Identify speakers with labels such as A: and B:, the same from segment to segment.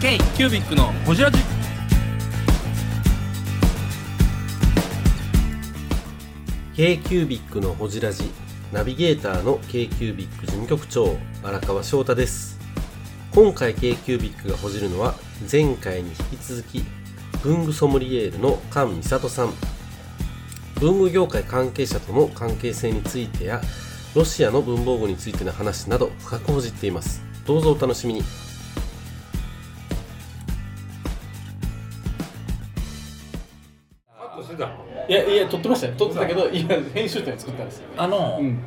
A: K キュービックのホジラジ
B: ー k ービックのほじラジナビゲーターの k ービック事務局長荒川翔太です今回 k ービックがほじるのは前回に引き続き文具ソムリエールの菅美里さん文具業界関係者との関係性についてやロシアの文房具についての話など深くほじっていますどうぞお楽しみに
C: カットしてたの
D: いやいや撮ってましたよ撮ってたけどいや編集点作ったんですよ、
A: あの、
D: うん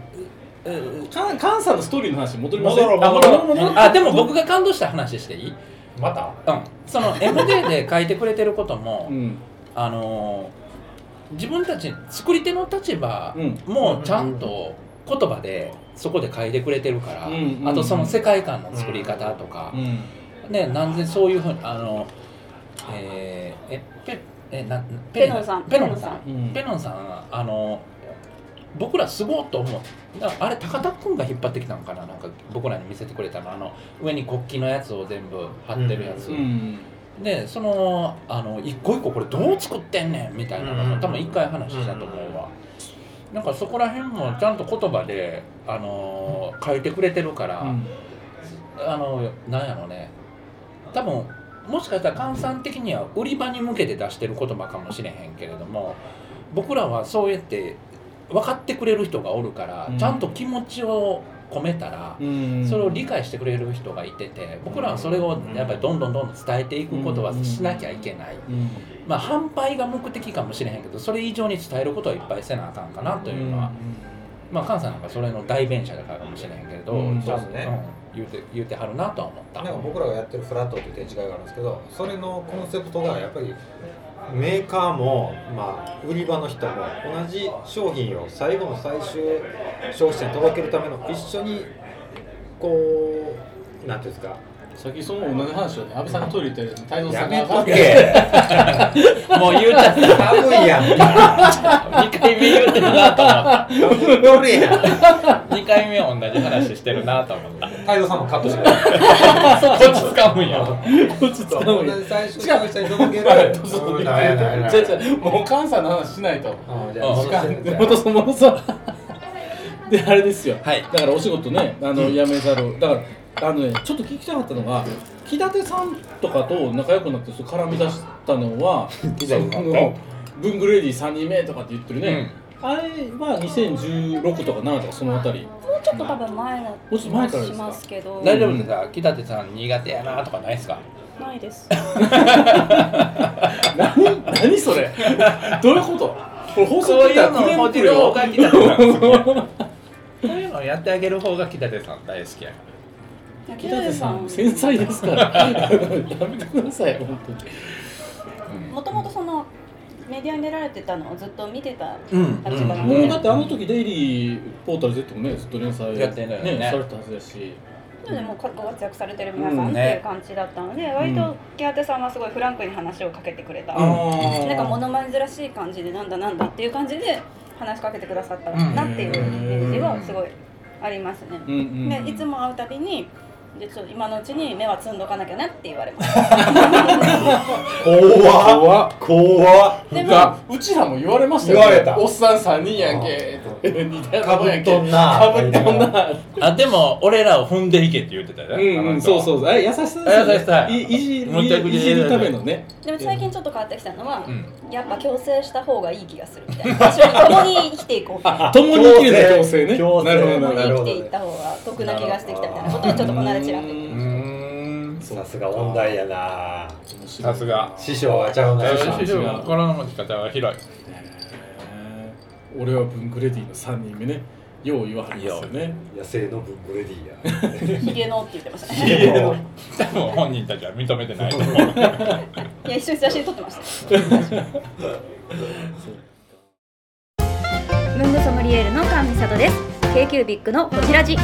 D: カンカンさんのストーリーの話に戻りません
C: 戻ろう
D: あ
C: 戻ろう
D: 戻ろう
A: あでも僕が感動した話していい、うん、
C: また
A: そのエモデーで書いてくれてることも、
D: うん
A: あのー自分たち作り手の立場
D: うん
A: もちゃんと言葉でそこで書いてくれてるから、
D: うんうんうん
A: あとその世界観の作り方とか
D: う、ん
A: ねなんでそういうふうにあのえー、えペえな
E: ペノンさん
A: ペノンさん
D: うん
A: ペノンさんあの僕らすごいと思うだあれ高田君が引っ張ってきたのかななんか僕らに見せてくれたのあの上に国旗のやつを全部貼ってるやつ、
D: うん
A: でそのあの一個一個これどう作ってんねんみたいなのも多分一回話したと思うわ、なんかそこら辺もちゃんと言葉で、あのー書いてくれてるから、あのなんやろね多分もしかしたら換算的には売り場に向けて出してる言葉かもしれへんけれども僕らはそうやって分かってくれる人がおるから、
D: うん
A: ちゃんと気持ちを込めたら、
D: うん
A: それを理解してくれる人がいてて僕らはそれをやっぱりどんどんどんどん伝えていくことはしなきゃいけない、
D: うん
A: まあ販売が目的かもしれへんけどそれ以上に伝えることはいっぱいせなあかんかなというのは、まあ菅さんなんかそれの代弁者だからかもしれへんけれど、
D: うん
A: ちゃんと
C: そうですね
A: うん言うて言うてはるなとは思った
C: なんか僕らがやってるフラットっていう展示会があるんですけどそれのコンセプトがやっぱりメーカーも、まあ、売り場の人も同じ商品を最後の最終消費者に届けるための一緒にこうなんていうんですか
D: さっきその同じ話をね安倍さんがトイレ行ったやつに太蔵さ
C: や
D: ん
C: め
D: が
C: とけ
A: もう言うちゃっ
C: 買うやん
A: た。2回目言うてるなと思った。
C: どれやん
A: 2回目同じ話してるなと思った。
C: 太蔵さんもカットしてくれ
A: こっち掴むん や。
D: こっち使う
C: 同
D: よ
C: じ最終消費者に届ける
D: 太蔵さん
C: う
D: の
C: んなんやなんやなん
D: 違
C: や
D: う違うもう菅さんの話しないと
C: あじゃ
A: う
C: あ
A: ん
C: 時間
D: で元そもそもさ であれですよ、
A: はい
D: だからお仕事ねあの辞めざるをだからあのねちょっと聞きたかったのが木立さんとかと仲良くなってそう絡み出したのは
C: 立
D: その文具レディ3人目とかって言ってるね、あれは2016とか7とかそのあたり
E: もうちょっと多分前だ
D: うちょっと前からです
E: し
D: か
E: ますけど
A: 大丈夫ですか木立さん苦手やなとかないですか
E: ないです
D: 何何それ どういうことこれ放送
A: そう
D: 聞い
A: い
D: た
A: う
D: ら
A: の
D: クレー
A: を
D: ム
A: 持
D: 来
A: て
D: る
A: る方
D: よ
A: が木立さん好きや。そういうのをやってあげる方が木立さん大好きやか
D: 木立さん繊細ですから やめてください本当に
E: もともとそのメディアに出られてたのをずっと見てた
A: ら。うん
E: 立場な
D: も
E: の
D: うだっ
E: で
D: てあの時デイリーポータル Z もねずっと連載
A: やってんだよね
D: されてたはずだし
E: なのでもうご活躍されてる皆さ
D: うんん
E: って
A: ね
E: いう感じだったので割と木立さんはすごいフランクに話をかけてくれた
D: あー
E: なんか物珍しい感じでなんだなんだっていう感じで話しかけてくださったなっていうイメージはすごいありますね
D: うんうん
E: でいつも会うたびにでちょっと今のうちに目はつんどかなきゃなって言われます
C: 怖っ怖っ
E: でも
D: がうちらも言われましたよ、
C: 言われた
D: おっさん3人やんけって似たようなもんやんけ
C: かぶっとんな
D: かぶっとんな
A: あ、でも俺らを踏んでいけって言ってたよ
D: う
A: ね。。
D: んうんそうそううあ優しさですよ
A: 優しさ
D: いいじ
A: もう一回言って
D: いじるためのね
E: でも最近ちょっと変わってきたのは、
A: うん。
E: やっぱ強制した方がいい気がするみたいな一緒に共に生きていこうみたい な
D: 共に生きるの強制ね
C: 強制
D: なるほどなる
E: 共に
D: ほど
E: 生きていった方が得な気がしてきたみたいなことをちょっとこの間ちらっと言って
A: うーん。
C: さすが音大やな
A: さすが。
C: 師匠はちゃうな
A: え
C: よ
D: 師匠
A: ー師匠の心の持ち方は広い。
D: へー俺は文具レディの3人目ねよう言わはりますよね
C: 野生のブンブレディや
E: ヒゲのって言ってました ね
C: 家の
A: 多分本人たちは認めてないと思う。
E: いや一緒に写真撮ってました
F: ムングソムリエールの神美里です k q ビックのこちらじ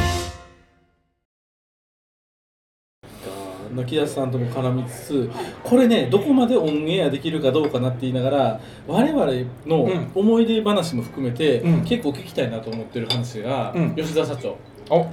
D: 木田さんとも絡みつつこれねどこまでオンエアできるかどうかなって言いながら我々の
A: ん
D: 思い出話も含めて、
A: うん
D: 結構聞きたいなと思ってる話が、
A: うん
D: 吉田社長
A: お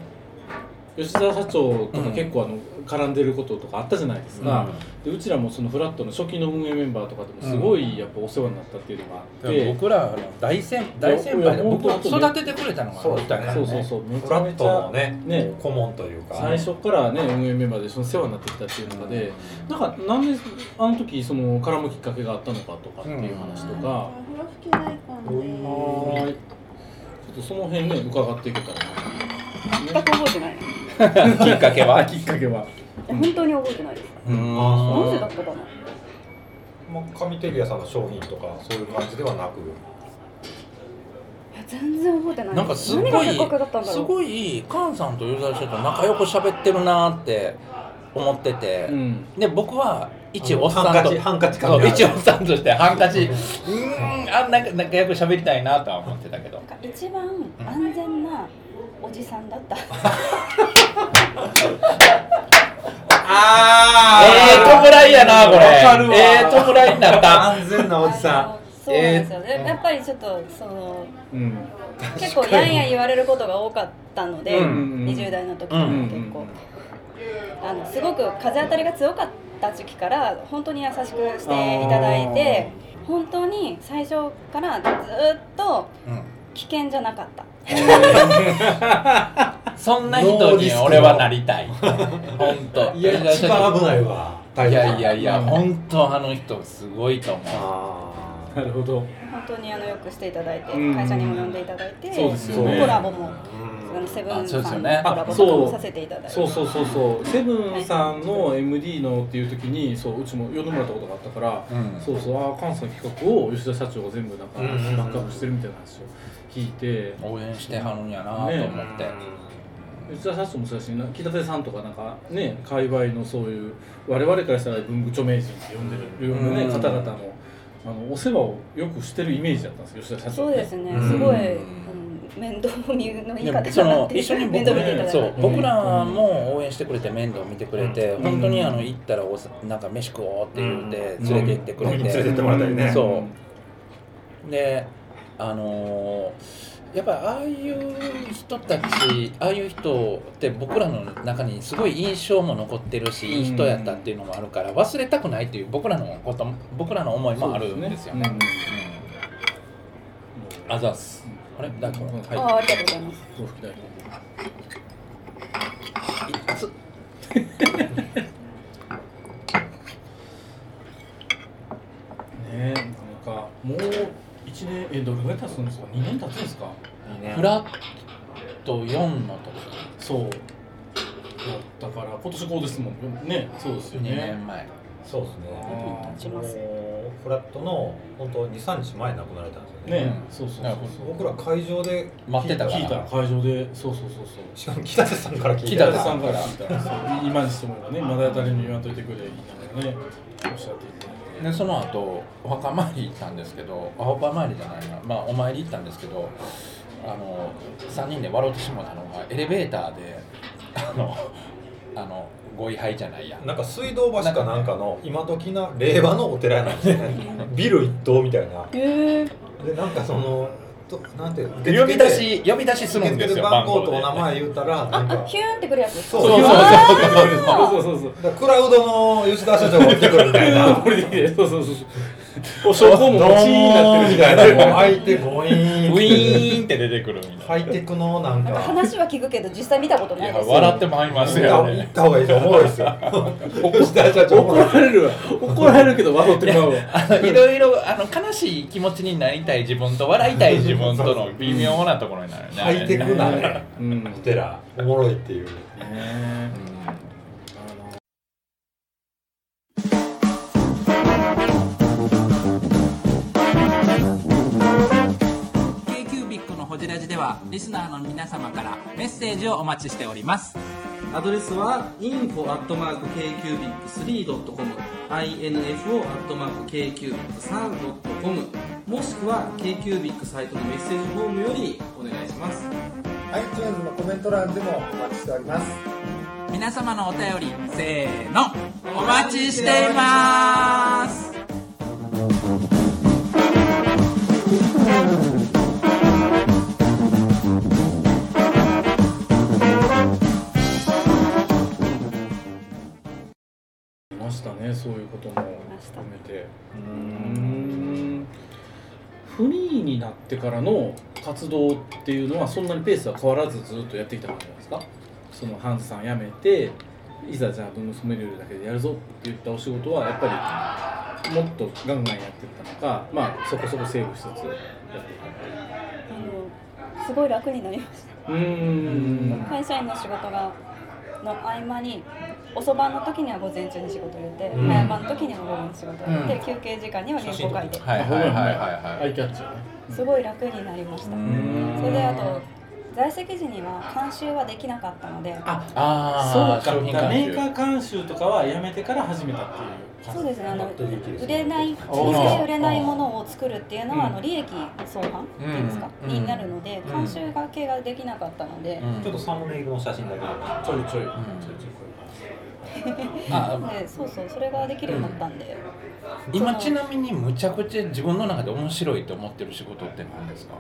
D: 吉沢社長とか結構あの絡んでることとかあったじゃないですか、
A: うん
D: でうちらもそのフラットの初期の運営メンバーとかでもすごいやっぱお世話になったっていうのがあっ
A: いや
D: て、
A: 僕らの大先大先輩で
D: いや
A: 僕を
D: 本当
A: 育ててくれたのが
C: そう
A: みたいな
D: そ
A: ね
D: うそうそうめ
C: フ
D: ちゃ
C: ラ
D: め
C: ッ
D: ち
C: トの
D: ゃ
C: ね
D: ね
C: 顧問というか
D: 最初からね運営メンバーでその世話になってきたっていう中でなんかなんであの時その絡むきっかけがあったのかとかっていう話とか、
E: ふらふき大根で
D: はいちょっとその辺ね伺っていけたら
E: 全
D: な、
E: く覚えてない
A: きっかけは
D: ね、きっかけは
E: 本当に覚えてないです
A: うん
C: あ
E: なぜだったかな
C: まあ、紙テレビ屋さんの商品とかそういう感じではなく
E: いや全然覚えてない
A: なんかすごい
E: 何がきっかけだったんだ
A: す
E: ろう
A: ごい菅さんとユーザー社と仲良く喋ってるなーって思ってて、
D: うん
A: で僕は一
C: あの
A: おっさんと
C: ハンカチハンカチ
A: そ
C: 感
A: う一
C: じ
A: おっさんとしてハンカチうーんあなんか仲良く喋りたいなとは思ってたけど
E: なんか一番安全なおじさ んだった、
C: あ
A: ええ弔いやなこれ
C: わかるわ
A: ええ弔いになった
C: 安全なおじ
E: あ
C: さ
E: のそうなんですよね、やっぱりちょっとその
D: うん
E: 結構やんや言われることが多かったので、
A: うん
D: うん
E: 20代の時と
A: う
E: か
A: ん
E: 結構、あのすごく風当たりが強かった時期から本当に優しくしていただいて本当に最初からずっと
A: うん
E: 危険じゃなかった
A: そんな人に俺はなりたい本当
C: んいや一番危ないわ
A: いやいやいや
D: うん
A: 本当あの人すごいと思う
C: あ
D: なるほど
E: 本当にあのよくしていただいて
D: うん
E: 会社にも呼んでいただいて、
D: そうです
C: よね
E: コラボ
C: ー
E: もあ
C: う
E: の
C: ん
E: セブン
A: あそうです
E: さ
A: よ
E: ん
A: ね
E: のコラボとかもさせていただいて
D: そうそうそうそうセブンさんの MD のっていう時にそううちも呼んでもらったことがあったから、
A: うん
D: そうそうああ関西の企画を吉田社長が全部なんか
C: う
D: バ
C: んうんうん
D: ックアップしてるみたいな話を聞いて、
A: 応援してはるんやなと思って、
D: 吉田社長もそうだしな木立さんとかなんかね界隈のそういう我々からしたら文具著名人って呼んでる、呼んで
A: うん
D: ね方々のあのお世話をよくしてるイメージだったんです吉田社長
E: そうですね、
C: うん
E: すごい、うん面倒見のいい
A: でも
E: 方だな
A: その
E: っていう
A: 一緒に
E: 面
A: 僕,、
E: 倒見ていただ
A: ね
E: い、て
A: そう
D: うん
A: 僕らも応援してくれて面倒見てくれて、
D: ん
A: 本当にあの行ったらおさなんか飯食おうって言って連れて行ってくれ
C: 飲みに連れ
A: て
C: て、ってもらったりね
A: そうであのーやっぱりああいう人たちああいう人って僕らの中にすごい印象も残ってるし、いい人やったっていうのもあるから忘れたくないっていう僕らのことも僕らの思いもあるんですよね。
D: そうですね
A: うんあざっすあれ大根
D: うん
A: はい
E: ああありがとうございます
D: うん洋服代理
A: つ
D: ねえなんかもう一年えどれぐらい経つんですか二年経つんですか
A: フラット4のとこ
D: そうやったから今年こうですもんねそうです
A: 2
D: よね
A: 年前
C: そうですね
D: あ
E: ー
C: もうフラットの本当23日前に亡くなられたんですよ
D: ね、
C: ね
A: うん
D: そうそう
A: な
D: そ
A: る
D: う
A: ほ
D: そう
C: 僕ら会場で
A: 待ってたから
D: 聞いたら会場でそうそうそうそう
C: しかも北瀬さんから聞い
A: 北
C: た
D: 北
A: 瀬
D: 瀬さんから聞いたらそう今にしてもらえばねまだ誰にも言わんといてくれいいながらねおっしゃっていただいて
A: でその後お墓参り行ったんですけどあお墓参りじゃないなまあお参り行ったんですけどあの3人で笑ってしまったのがエレベーターであの あのご位牌じゃないや
C: なんか水道橋かなんかの今時な令和のお寺なんですよねビル一棟みたいな
E: へえ
C: でなんかそのとなんて呼
A: 呼び出し呼び出しするんですよ
C: 番号とお
A: で
C: 名前言うたら
E: あ
C: なん
E: あ
C: か
E: ヒューンってくるやつ
C: そう
A: そうそうそうそう
D: そうそう そう
C: だからクラウドの吉田社長が降りてくるみたいな
D: これでいいねそうそうそうそうお証拠もこっちにな ってるみたいな
C: なもうハイテクゴイーン
A: ウィーンって出てくるみた
C: ハ
A: い
C: イテクのなん
E: なんか
C: か
E: 話は聞くけど実際見たこと
A: な
E: ないい
A: や
E: です
A: 笑ってまいりますよ
C: 行っ
A: ね
C: た方がいいですよおもろいですよ吉田社長おも
D: 怒
C: ろい
D: られるわ怒られるけど笑ってまうわ
A: あのいろいろあの悲しい気持ちになりたい自分と笑いたい自分と の微妙なところになるね
C: ハイテクなね
D: うん
C: お寺おもろいっていう
G: アドレスは info.kcubic3.com info.kcubic3.com もしくは KQBIC サイトのメッセージフォームよりお願いします
H: iTunes のコメント欄でもお待ちしております
I: 皆様のお便りせーのお待ちしています
J: 「
D: ましたねそういうことも
E: ました
D: 含めてうーんフリーになってからの活動っていうのはそんなにペースは変わらずずっとやってきた感じなんですかそのハンズさん辞めていざじゃあ文具ソムリエだけでやるぞって言ったお仕事はやっぱりもっとガンガンやってったのかまあそこそこセーブしつつやっていたのか
E: あのすごい楽になりました
D: うーん
E: 会社員の仕事がの合間に遅番の時には午前中に仕事入れて、
A: うん
E: 早番の時には午後に仕事入れて、休憩時間には原稿書いて、
A: はいはいはいはい
D: ア
A: は
D: イ
A: い
D: キャッチャーね
E: すごい楽になりました、
A: うん
E: それであと在籍時には監修はできなかったので
D: あ
A: ああ商品監
D: メ
A: 修
D: ーカー監修とかはやめてから始めたっていう感じ
E: そうですねあの
C: できる
E: 売れない
D: あ
E: 実際売れないものを作るっていうのは、
A: うん
E: あの利益相反っていうんですか、
A: うん
E: になるので
A: うん
E: 監修が系ができなかったので、
A: うん
C: ちょっとサムネイルの写真だけ
D: ちょいちょい
A: あ
E: でそうそうそれができるようになったんで、
A: 今
E: そ
A: ち
E: の
A: なみにむちゃくちゃ自分の中で面白いと思ってる仕事って何ですか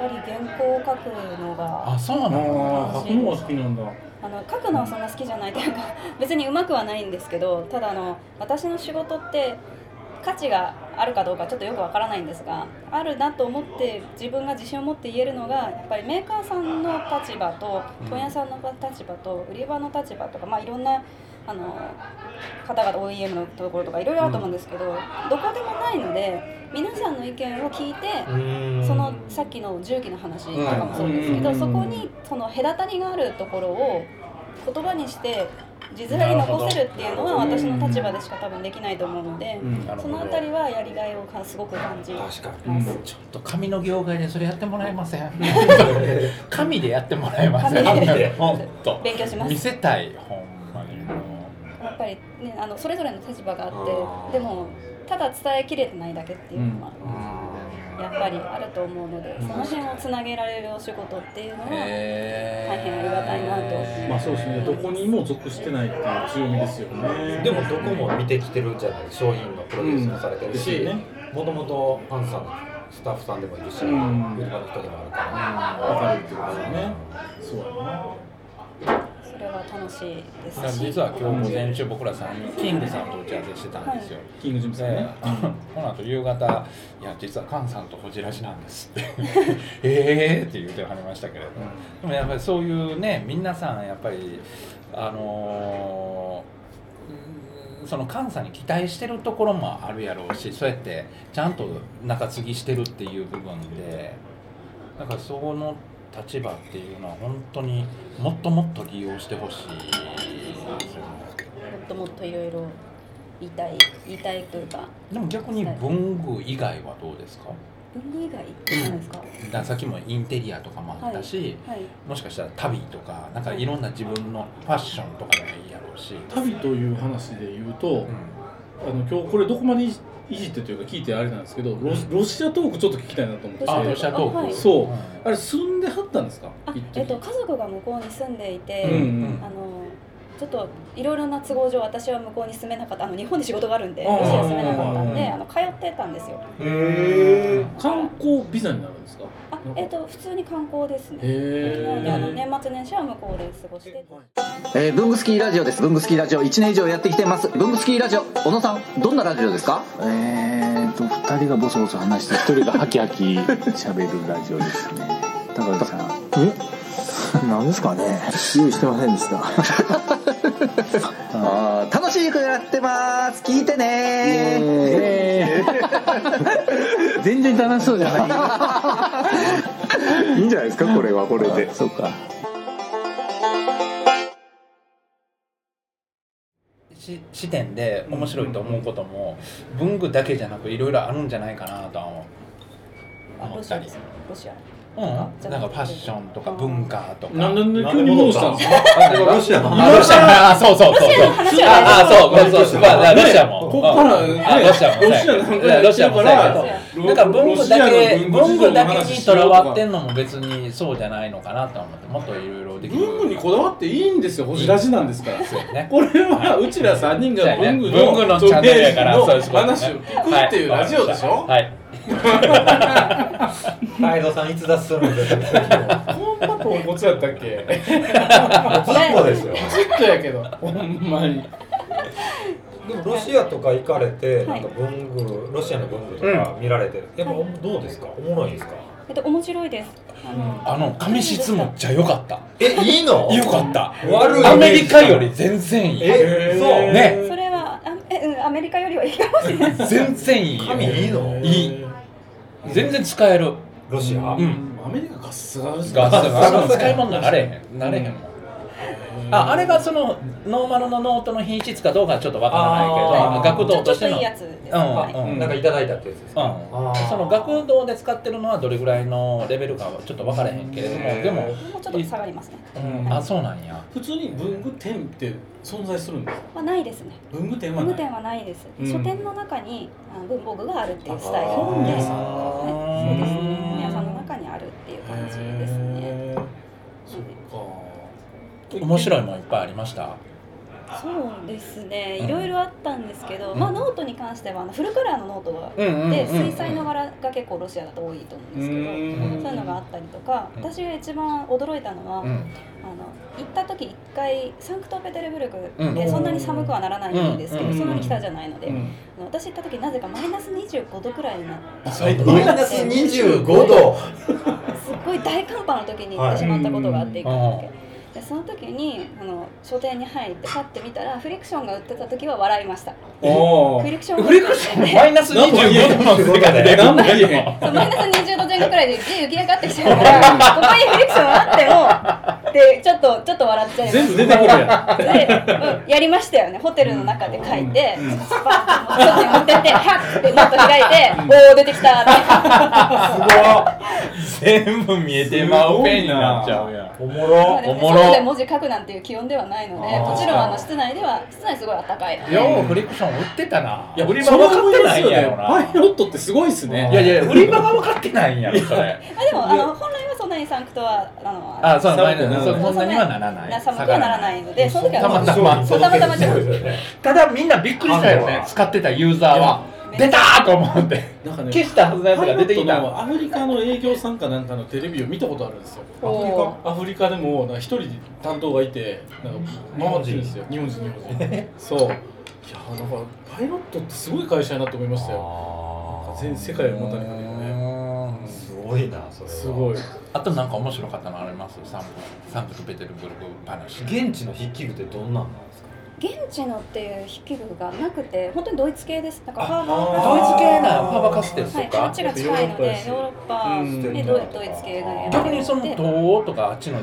E: やっぱり原稿を書くのが
A: あそうなの
D: ああ書くのが好きなんだ
E: あの書くのはそんな好きじゃないというか 別にうまくはないんですけどただあの私の仕事って価値があるかどうかちょっとよくわからないんですがあるなと思って自分が自信を持って言えるのがやっぱりメーカーさんの立場と問屋さんの立場と売り場の立場とか、まあ、いろんなあの方々 OEM のところとかいろいろあると思うんですけど、どこでもないので皆さんの意見を聞いて
C: ど
E: そのさっきの重機の話とかもそうですけ
D: う
E: ど
D: ん
E: そこにその隔たりがあるところを言葉にして字面に残せるっていうのは
D: なるほ
E: 私
D: ど
E: の立場でしか多分できないと思うので
D: うん
A: なるほ
E: そ
A: ど
E: のあたりはやりがいをかすごく感じます。
C: 確か
D: うん
A: ちょっと紙の業界でそれやってもらえませ ん紙でやってもらえません
E: 紙で
A: ほんと
E: 勉強しま
A: 見
E: す
A: せたいほんまにも
E: やっぱり、ね、あのそれぞれの立場があっ
C: あー
E: てでもただ伝えきれてないだけっていうのはやっぱりあると思うのでその辺をつなげられるお仕事っていうの
A: う
E: は
A: へー
E: 大変ありがたいなと
D: まあそうですねどこにも属してないっていう強みですよね
C: にでもどこも見てきてるじゃない商品のプロデュースもされてる
D: うん
C: し
D: ですね
C: もともとパンさんのスタッフさんでもいるし売
D: う
C: り
D: ん
C: 場の人でもあるから
D: わかるってことだよねそうやな
E: それは楽しいで
A: だから
E: すし
A: 実は今日午前中僕らさんキングさんと打ち合わせしてたんですよ、
D: キングジムさん
A: で
D: ね、
A: この後夕方「いや実は菅さんとこじらしなんです」 って「ええ!」って言うてはりましたけれど、でもやっぱりそういうね皆さんやっぱりあのーうんその監査に期待してるところもあるやろうしそうやってちゃんと中継ぎしてるっていう部分でだからそこの立場っていうのは本当にもっともっと利用してほしいですよね
E: もっともっといろいろ言いたい言いたいというか
A: でも逆に文具以外はどうですか
E: 文具以外なんですか
A: だからさっきもインテリアとかもあったし、
E: はい
A: もしかしたら旅とかなんかいろんな自分のファッションとかでもいいやろうし、
D: 旅という話で言うと、
A: う
D: あの今日これどこまでいじいじってというか聞いてあれなんですけどロシロシアトークちょっと聞きたいなと思って
A: ん、あロシアトーク、
E: はい
D: そう
A: うん
D: あれ住んではったんですか
E: あ
D: 一時
E: えっと家族が向こうに住んでいて、
D: うん
E: あのちょっといろいろな都合上私は向こうに住めなかったあの日本で仕事があるんで
D: あー
E: ロシア住めなかったん
A: うん
E: であの通ってたんですよ
D: へえ観光ビザになるんですか
E: あえっと普通に観光ですねなのであの
D: へ
E: 年末年始は向こうで過ごして
J: えー、ブングスキーラジオです。ブングスキーラジオ1年以上やってきてます。ブングスキーラジオ、小野さん、どんなラジオですかえーと、2人がボソボソ話して、1人がハキハキ喋るラジオですね。高橋さん。え何ですかね用意してませんでした。 あー楽しくやってます。聞いてね全然楽しそうじゃ ない。いいんじゃないですか、これはこれで。そうか。
A: し視点で面白いと思うことも文具だけじゃなくいろいろあるんじゃないかなとは思う
E: あ
A: 思
E: ロ
A: っ
E: シ
A: た
E: ア
A: り
E: です。ロシア
A: うん、なんかファッションとか文化とか。
D: えなんで
C: な
D: ね急
C: んで
D: にど
C: 戻
D: う
C: っ
D: した
C: た
D: んでか
C: んですすあでもロシアの
A: あロシアあそうそうそうそう。
E: 話
A: あ
E: は
A: あそうそうそうそう。まあロシアも。
D: ここから
A: うん
D: ね
A: あロシアもそうやけど。
D: ロシアなんかやってるから
A: ロシアもそうやけどなんか文具だ
D: ロシア
A: け
D: の文
A: 文
D: 具事
A: 具
D: 情
A: だ
D: の
A: け
D: 話
A: に
D: し
A: と
D: ようとから
A: わってんのも別にそうじゃないのかなとは思って、もっといろいろできる。
D: 文具にこだわっていいんですよほじらしなんですから
A: ね
D: これはうちら3人が文具
A: 文具のチャンネルやから
D: の
A: そういうことね
D: 話を聞くっていうラジオでしょ
A: はい。
C: 太蔵さん逸 脱するのでず
D: こんなポンコツやったっけ
C: っとですよ
D: ずっとやけどほんまに
C: でもロシアとか行かれて、
E: はい
C: なんか文具ロシアの文具とか見られて、やっぱどうですかおもろいですか
E: えっと面白いです。あの
A: あの紙質もじゃ良かった
C: えいいの
A: 良かった
C: 悪いイメージ
A: アメリカより全然いい
C: えそう
A: ね
E: それはあえうんアメリカよりはいいかもしれない。
A: 全然いいよ
C: 紙いいの
A: いい全然使 える
C: ロシア、
A: うん
D: アメリカガスが
A: ガスガスの使い
D: も
A: 物になれへんなれへんもんああれがそのノーマルのノートの品質かどうかはちょっとわからないけ
C: あ
A: ど学
C: ー
E: ち
A: 童
E: ょち
A: と
E: ょっ
A: し
E: と
A: て
E: い
A: の
E: いやつです。
A: うん
E: はい
A: うん
C: なんかいただいたってやつですか、
A: うん
C: あー
A: その学童で使ってるのはどれぐらいのレベルかはちょっと分からへんけれど
C: へー
A: もでも、
E: もうちょっと下がりますね。
A: うん、あそうなんや
D: 普通に文具店って存在するんですか
E: まあないですね。
D: 文具店は
E: 文
D: な
E: 具
D: い
E: 店はないです。
D: うん
E: 書店の中にあの文房具があるっていうスタイル
C: 本
E: で
C: 屋
E: す。
C: さん
E: はい、そうですね。本屋さんの中にあるっていう感じですね。
D: へーそっか
A: 面白いもんいっぱいありました
E: そうですね。いろいろあったんですけど、まあノートに関してはあのフルカラーのノートが
A: うんうんうん
E: で水彩の柄が結構ロシアだと多いと思うんですけど、そういうのがあったりとか、
A: うん
E: 私が一番驚いたのは、
A: う
E: あの
A: ん
E: 行った時一回サンクトペテルブル
A: う
E: ク
A: ん
E: でそんなに寒くはならないんですけど、
A: うん
E: そんなに北じゃないので、
D: うん
E: あの私行った時なぜかマイナス25度くらいになって
A: 最高
C: マイナス25度
E: すっごい大寒波の時に行ってしまったことがあって、一回だけ。でその時にあの書店に入ってパッて見たらフリクションが売ってた時は笑いました
D: お
E: フ
D: ー
E: リクションが
A: フリクションマイナス25度の世界で
D: 何も言えへん
E: そうマイナス20度前後くらいで雪が上がってきちゃうから、ここにフリクションあっても、で、ちょっと、ちょっと笑っちゃいます。
D: 全部出てくるや
E: で、うん、やりましたよね。ホテルの中で書いて、バッて持ってって、ハッてノート開いて、おー、出てきたって。
A: 全部見えてまうペンになっちゃうやん
C: おもろ
E: で
A: おも
E: も
A: ろ
E: 外で文字書くなんていう気温ではないので、
C: あー
E: もちろんあの室内では、室内すごい暖かいので。
A: ようフリクション売ってたない
D: ん
A: 売り場分かってないんや
D: そう
A: ろ
D: 思ますよね
A: な
D: パイロットってすごいですね
A: いやいや売り場が分かってないんやろそれ
E: まあでも、あの、本来はそんなにサンクトは、あの、
A: あそうマ
D: 寒
A: イ
D: くな
A: ナ
D: る
A: スそうそんなにはならない
E: 寒くはならないので、その時は
A: た
E: もう
A: またま
E: そうたまたまちょっと
A: ただみんなびっくりしたよね使ってたユーザーは出たーと思って
D: なんかね
A: 消したはずのやつが出てき
D: パイロッ
A: た
D: トのアフリカの営業さんかなんかのテレビを見たことあるんですよ
E: お
D: アフリカでもなんか一人で担当がいてなんか回ってるんですよ日本人日本人 そういやなんかパイロットってすごい会社やなと思いましたよ
C: あ
D: 全世界を股にかけてね
C: ーすごいなそれは
D: すごい
A: あとなんか面白かったのありますサンプサンクトペテルブルク話
C: 現地の筆記具ってどんなんなんですか
E: 現地のっていう筆記具がなくて本当にドイツ系ですだからハー
A: ド
E: バ
A: イ
E: ー
A: ツ系なファーバーカステル
E: はい
A: と
E: こっ
A: か
E: ちが近いのでヨ
D: やっぱヨ
E: ー
D: ー
E: ロッパ
D: うん
E: でドイドイツ系がやってる
A: 逆にその
E: で
A: 東欧とかあっちの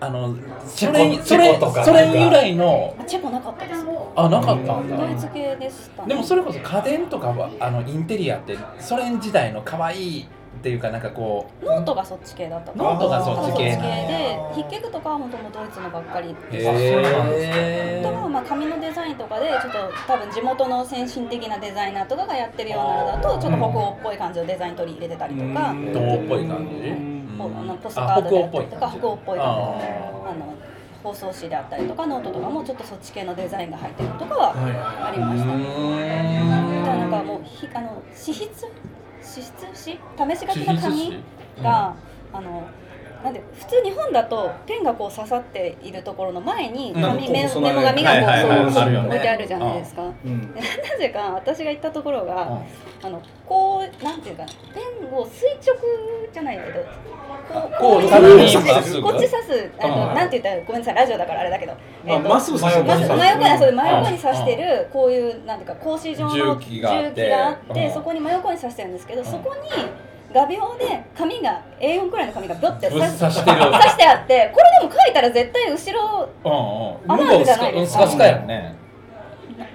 A: あの
C: チェ
A: それそ
C: コ
A: れ
C: チェコとか
A: それ由来の
E: あチェコなかったですド
A: あなかったんだ
E: イツ系でしたね
A: でもそれこそ家電とかはあのインテリアってソ連時代の可愛いっていうかなんかこう
E: ノートがそっち系だったか
A: ノートが
E: ら
A: そっち系
E: そ
A: なんや
E: で筆記具とかは本当もうドイツのばっかりでしたあ
A: へ
E: とはまあ紙のデザインとかでちょっと多分地元の先進的なデザイナーとかがやってるようなのだとちょっと北欧っぽい感じのデザイン取り入れてたりとか、
A: 東欧っぽい感じ
E: こうあのポスト
A: あ
E: カード
A: 北
E: で
A: 欧っ
E: あった
A: ぽい
E: りとか
A: 感じ
E: 北欧っぽい
A: あ
E: 感じであの包装紙であったりとかノートとかもちょっとそっち系のデザインが入ってるとかは
D: はい
E: あ
D: は
E: りました、
A: ー
E: だからなんかもうひあの脂質脂質紙試し書きの
A: 紙
E: 紙が、あのなんで普通日本だとペンがこう刺さっているところの前に
A: うん
E: 紙、メ
D: こう
E: メモ紙が
A: は
E: こ、
A: いうはいはい
E: そう
A: あるよね
E: 置いてあるじゃないですか。
D: いうん
E: でなぜか私が行ったところが、
A: うん
E: あのこうなんていうかペンを垂直じゃないけど
A: こ
E: こう
A: う
E: こう
A: た
D: だに
A: まっすぐ
E: こっち刺すあの、
A: うん
E: なんて言ったらごめんなさいラジオだからあれだけど、
D: まあ
E: っと
D: まっすぐ刺して
E: まず
D: す
E: 真横にそう真横に刺
A: うん
E: してるこういうなんていうか格子状の
A: 重機があって
E: 重機があって
A: うん
E: そこに真横に刺してるんですけど
A: ん
E: そこに画鋲で紙が A4 くらいの紙がブッて
A: ぶっ刺
E: 刺し刺
A: してる
E: してあってこれでも書いたら絶対後ろ
A: うんう
E: あ
A: ん
E: るん
A: 向
E: じ
A: こ
E: ゃ
A: う
E: ないです
A: ス
E: か
A: カスカやんね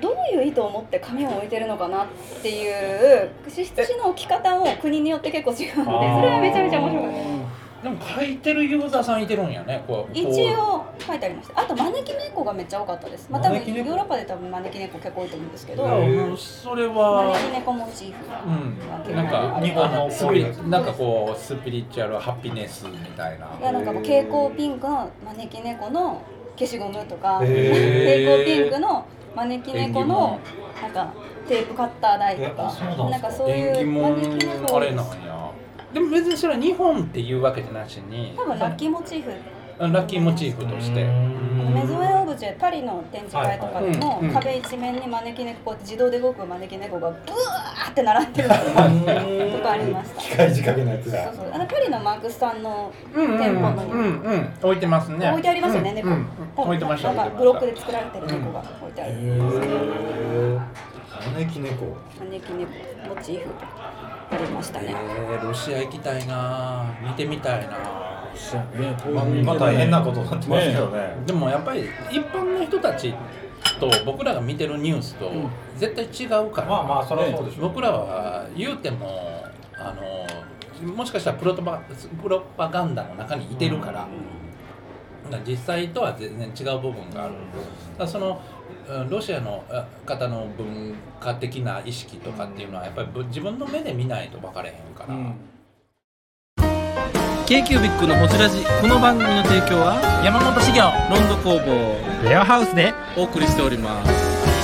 E: どういう意図を持って紙を置いてるのかなっていう資質紙の置き方も国によって結構違うのでそれはめちゃめちゃ面白かったです
A: でも書いてるユーザーさんいてるんやねこう
E: 一
A: こう
E: 応書いてありましたあと招き猫がめっちゃ多かったですまあ多分ヨーロッパで多分招き猫結構多いと思うんですけど
A: うんそれ
E: 招き
A: は
E: 猫モチーフ
A: うんなんか日本のスピリなんかこうスピリチュアルハピネスみたいな
E: がなんかもう蛍光ピンクの招き猫の消しゴムとか
A: へー
E: 蛍光ピンクの招き猫のなんかテープカッター台と
C: えあそうな
E: か
C: んですか
E: なんかそうい
A: 縁起
E: う
A: 物
E: 招き猫
A: あれなんやでも別にそれは日本っていうわけじゃなしに
E: 多分ラッキーモチーフ
A: ラッキーモチーフとして
E: メゾエオブジェパリの展示会とかでも、
A: はいはいうん
E: 壁一面に招き猫こう自動で動く招き猫がブワーって並んでるとかありました
C: 機械仕掛けの やつ
E: そう
C: が
E: そうあのパリのマークスさんの
A: うんうん
E: 店舗のに、
A: うんうん置いてますね
E: 置いてありますよね、
A: うんうん
E: 猫、
A: 置いてました
E: なんかブロックで作られてる猫が置いてある、
C: へえ招き猫
E: 招き猫モチーフありましたね、
A: えー、ロシア行きたいな見てみたいな
D: そうね
C: ままた変なことになってますけどね
A: でもやっぱり一般の人たちと僕らが見てるニュースと
D: ん
A: 絶対違うから、
C: まあまあそりゃそうでしょう、
A: 僕らは言うてもあのもしかしたらプロトパプロパガンダの中にいてるから,、実際とは全然違う部分がある、だからそのうんロシアのあ方の文化的な意識とかっていうのはやっぱりぶ自分の目で見ないと分かれへんから、
B: k q b i c のホジラジこの番組の提供は
I: 山本資料
B: ロンド工房
I: レアハウスで
B: お送りしております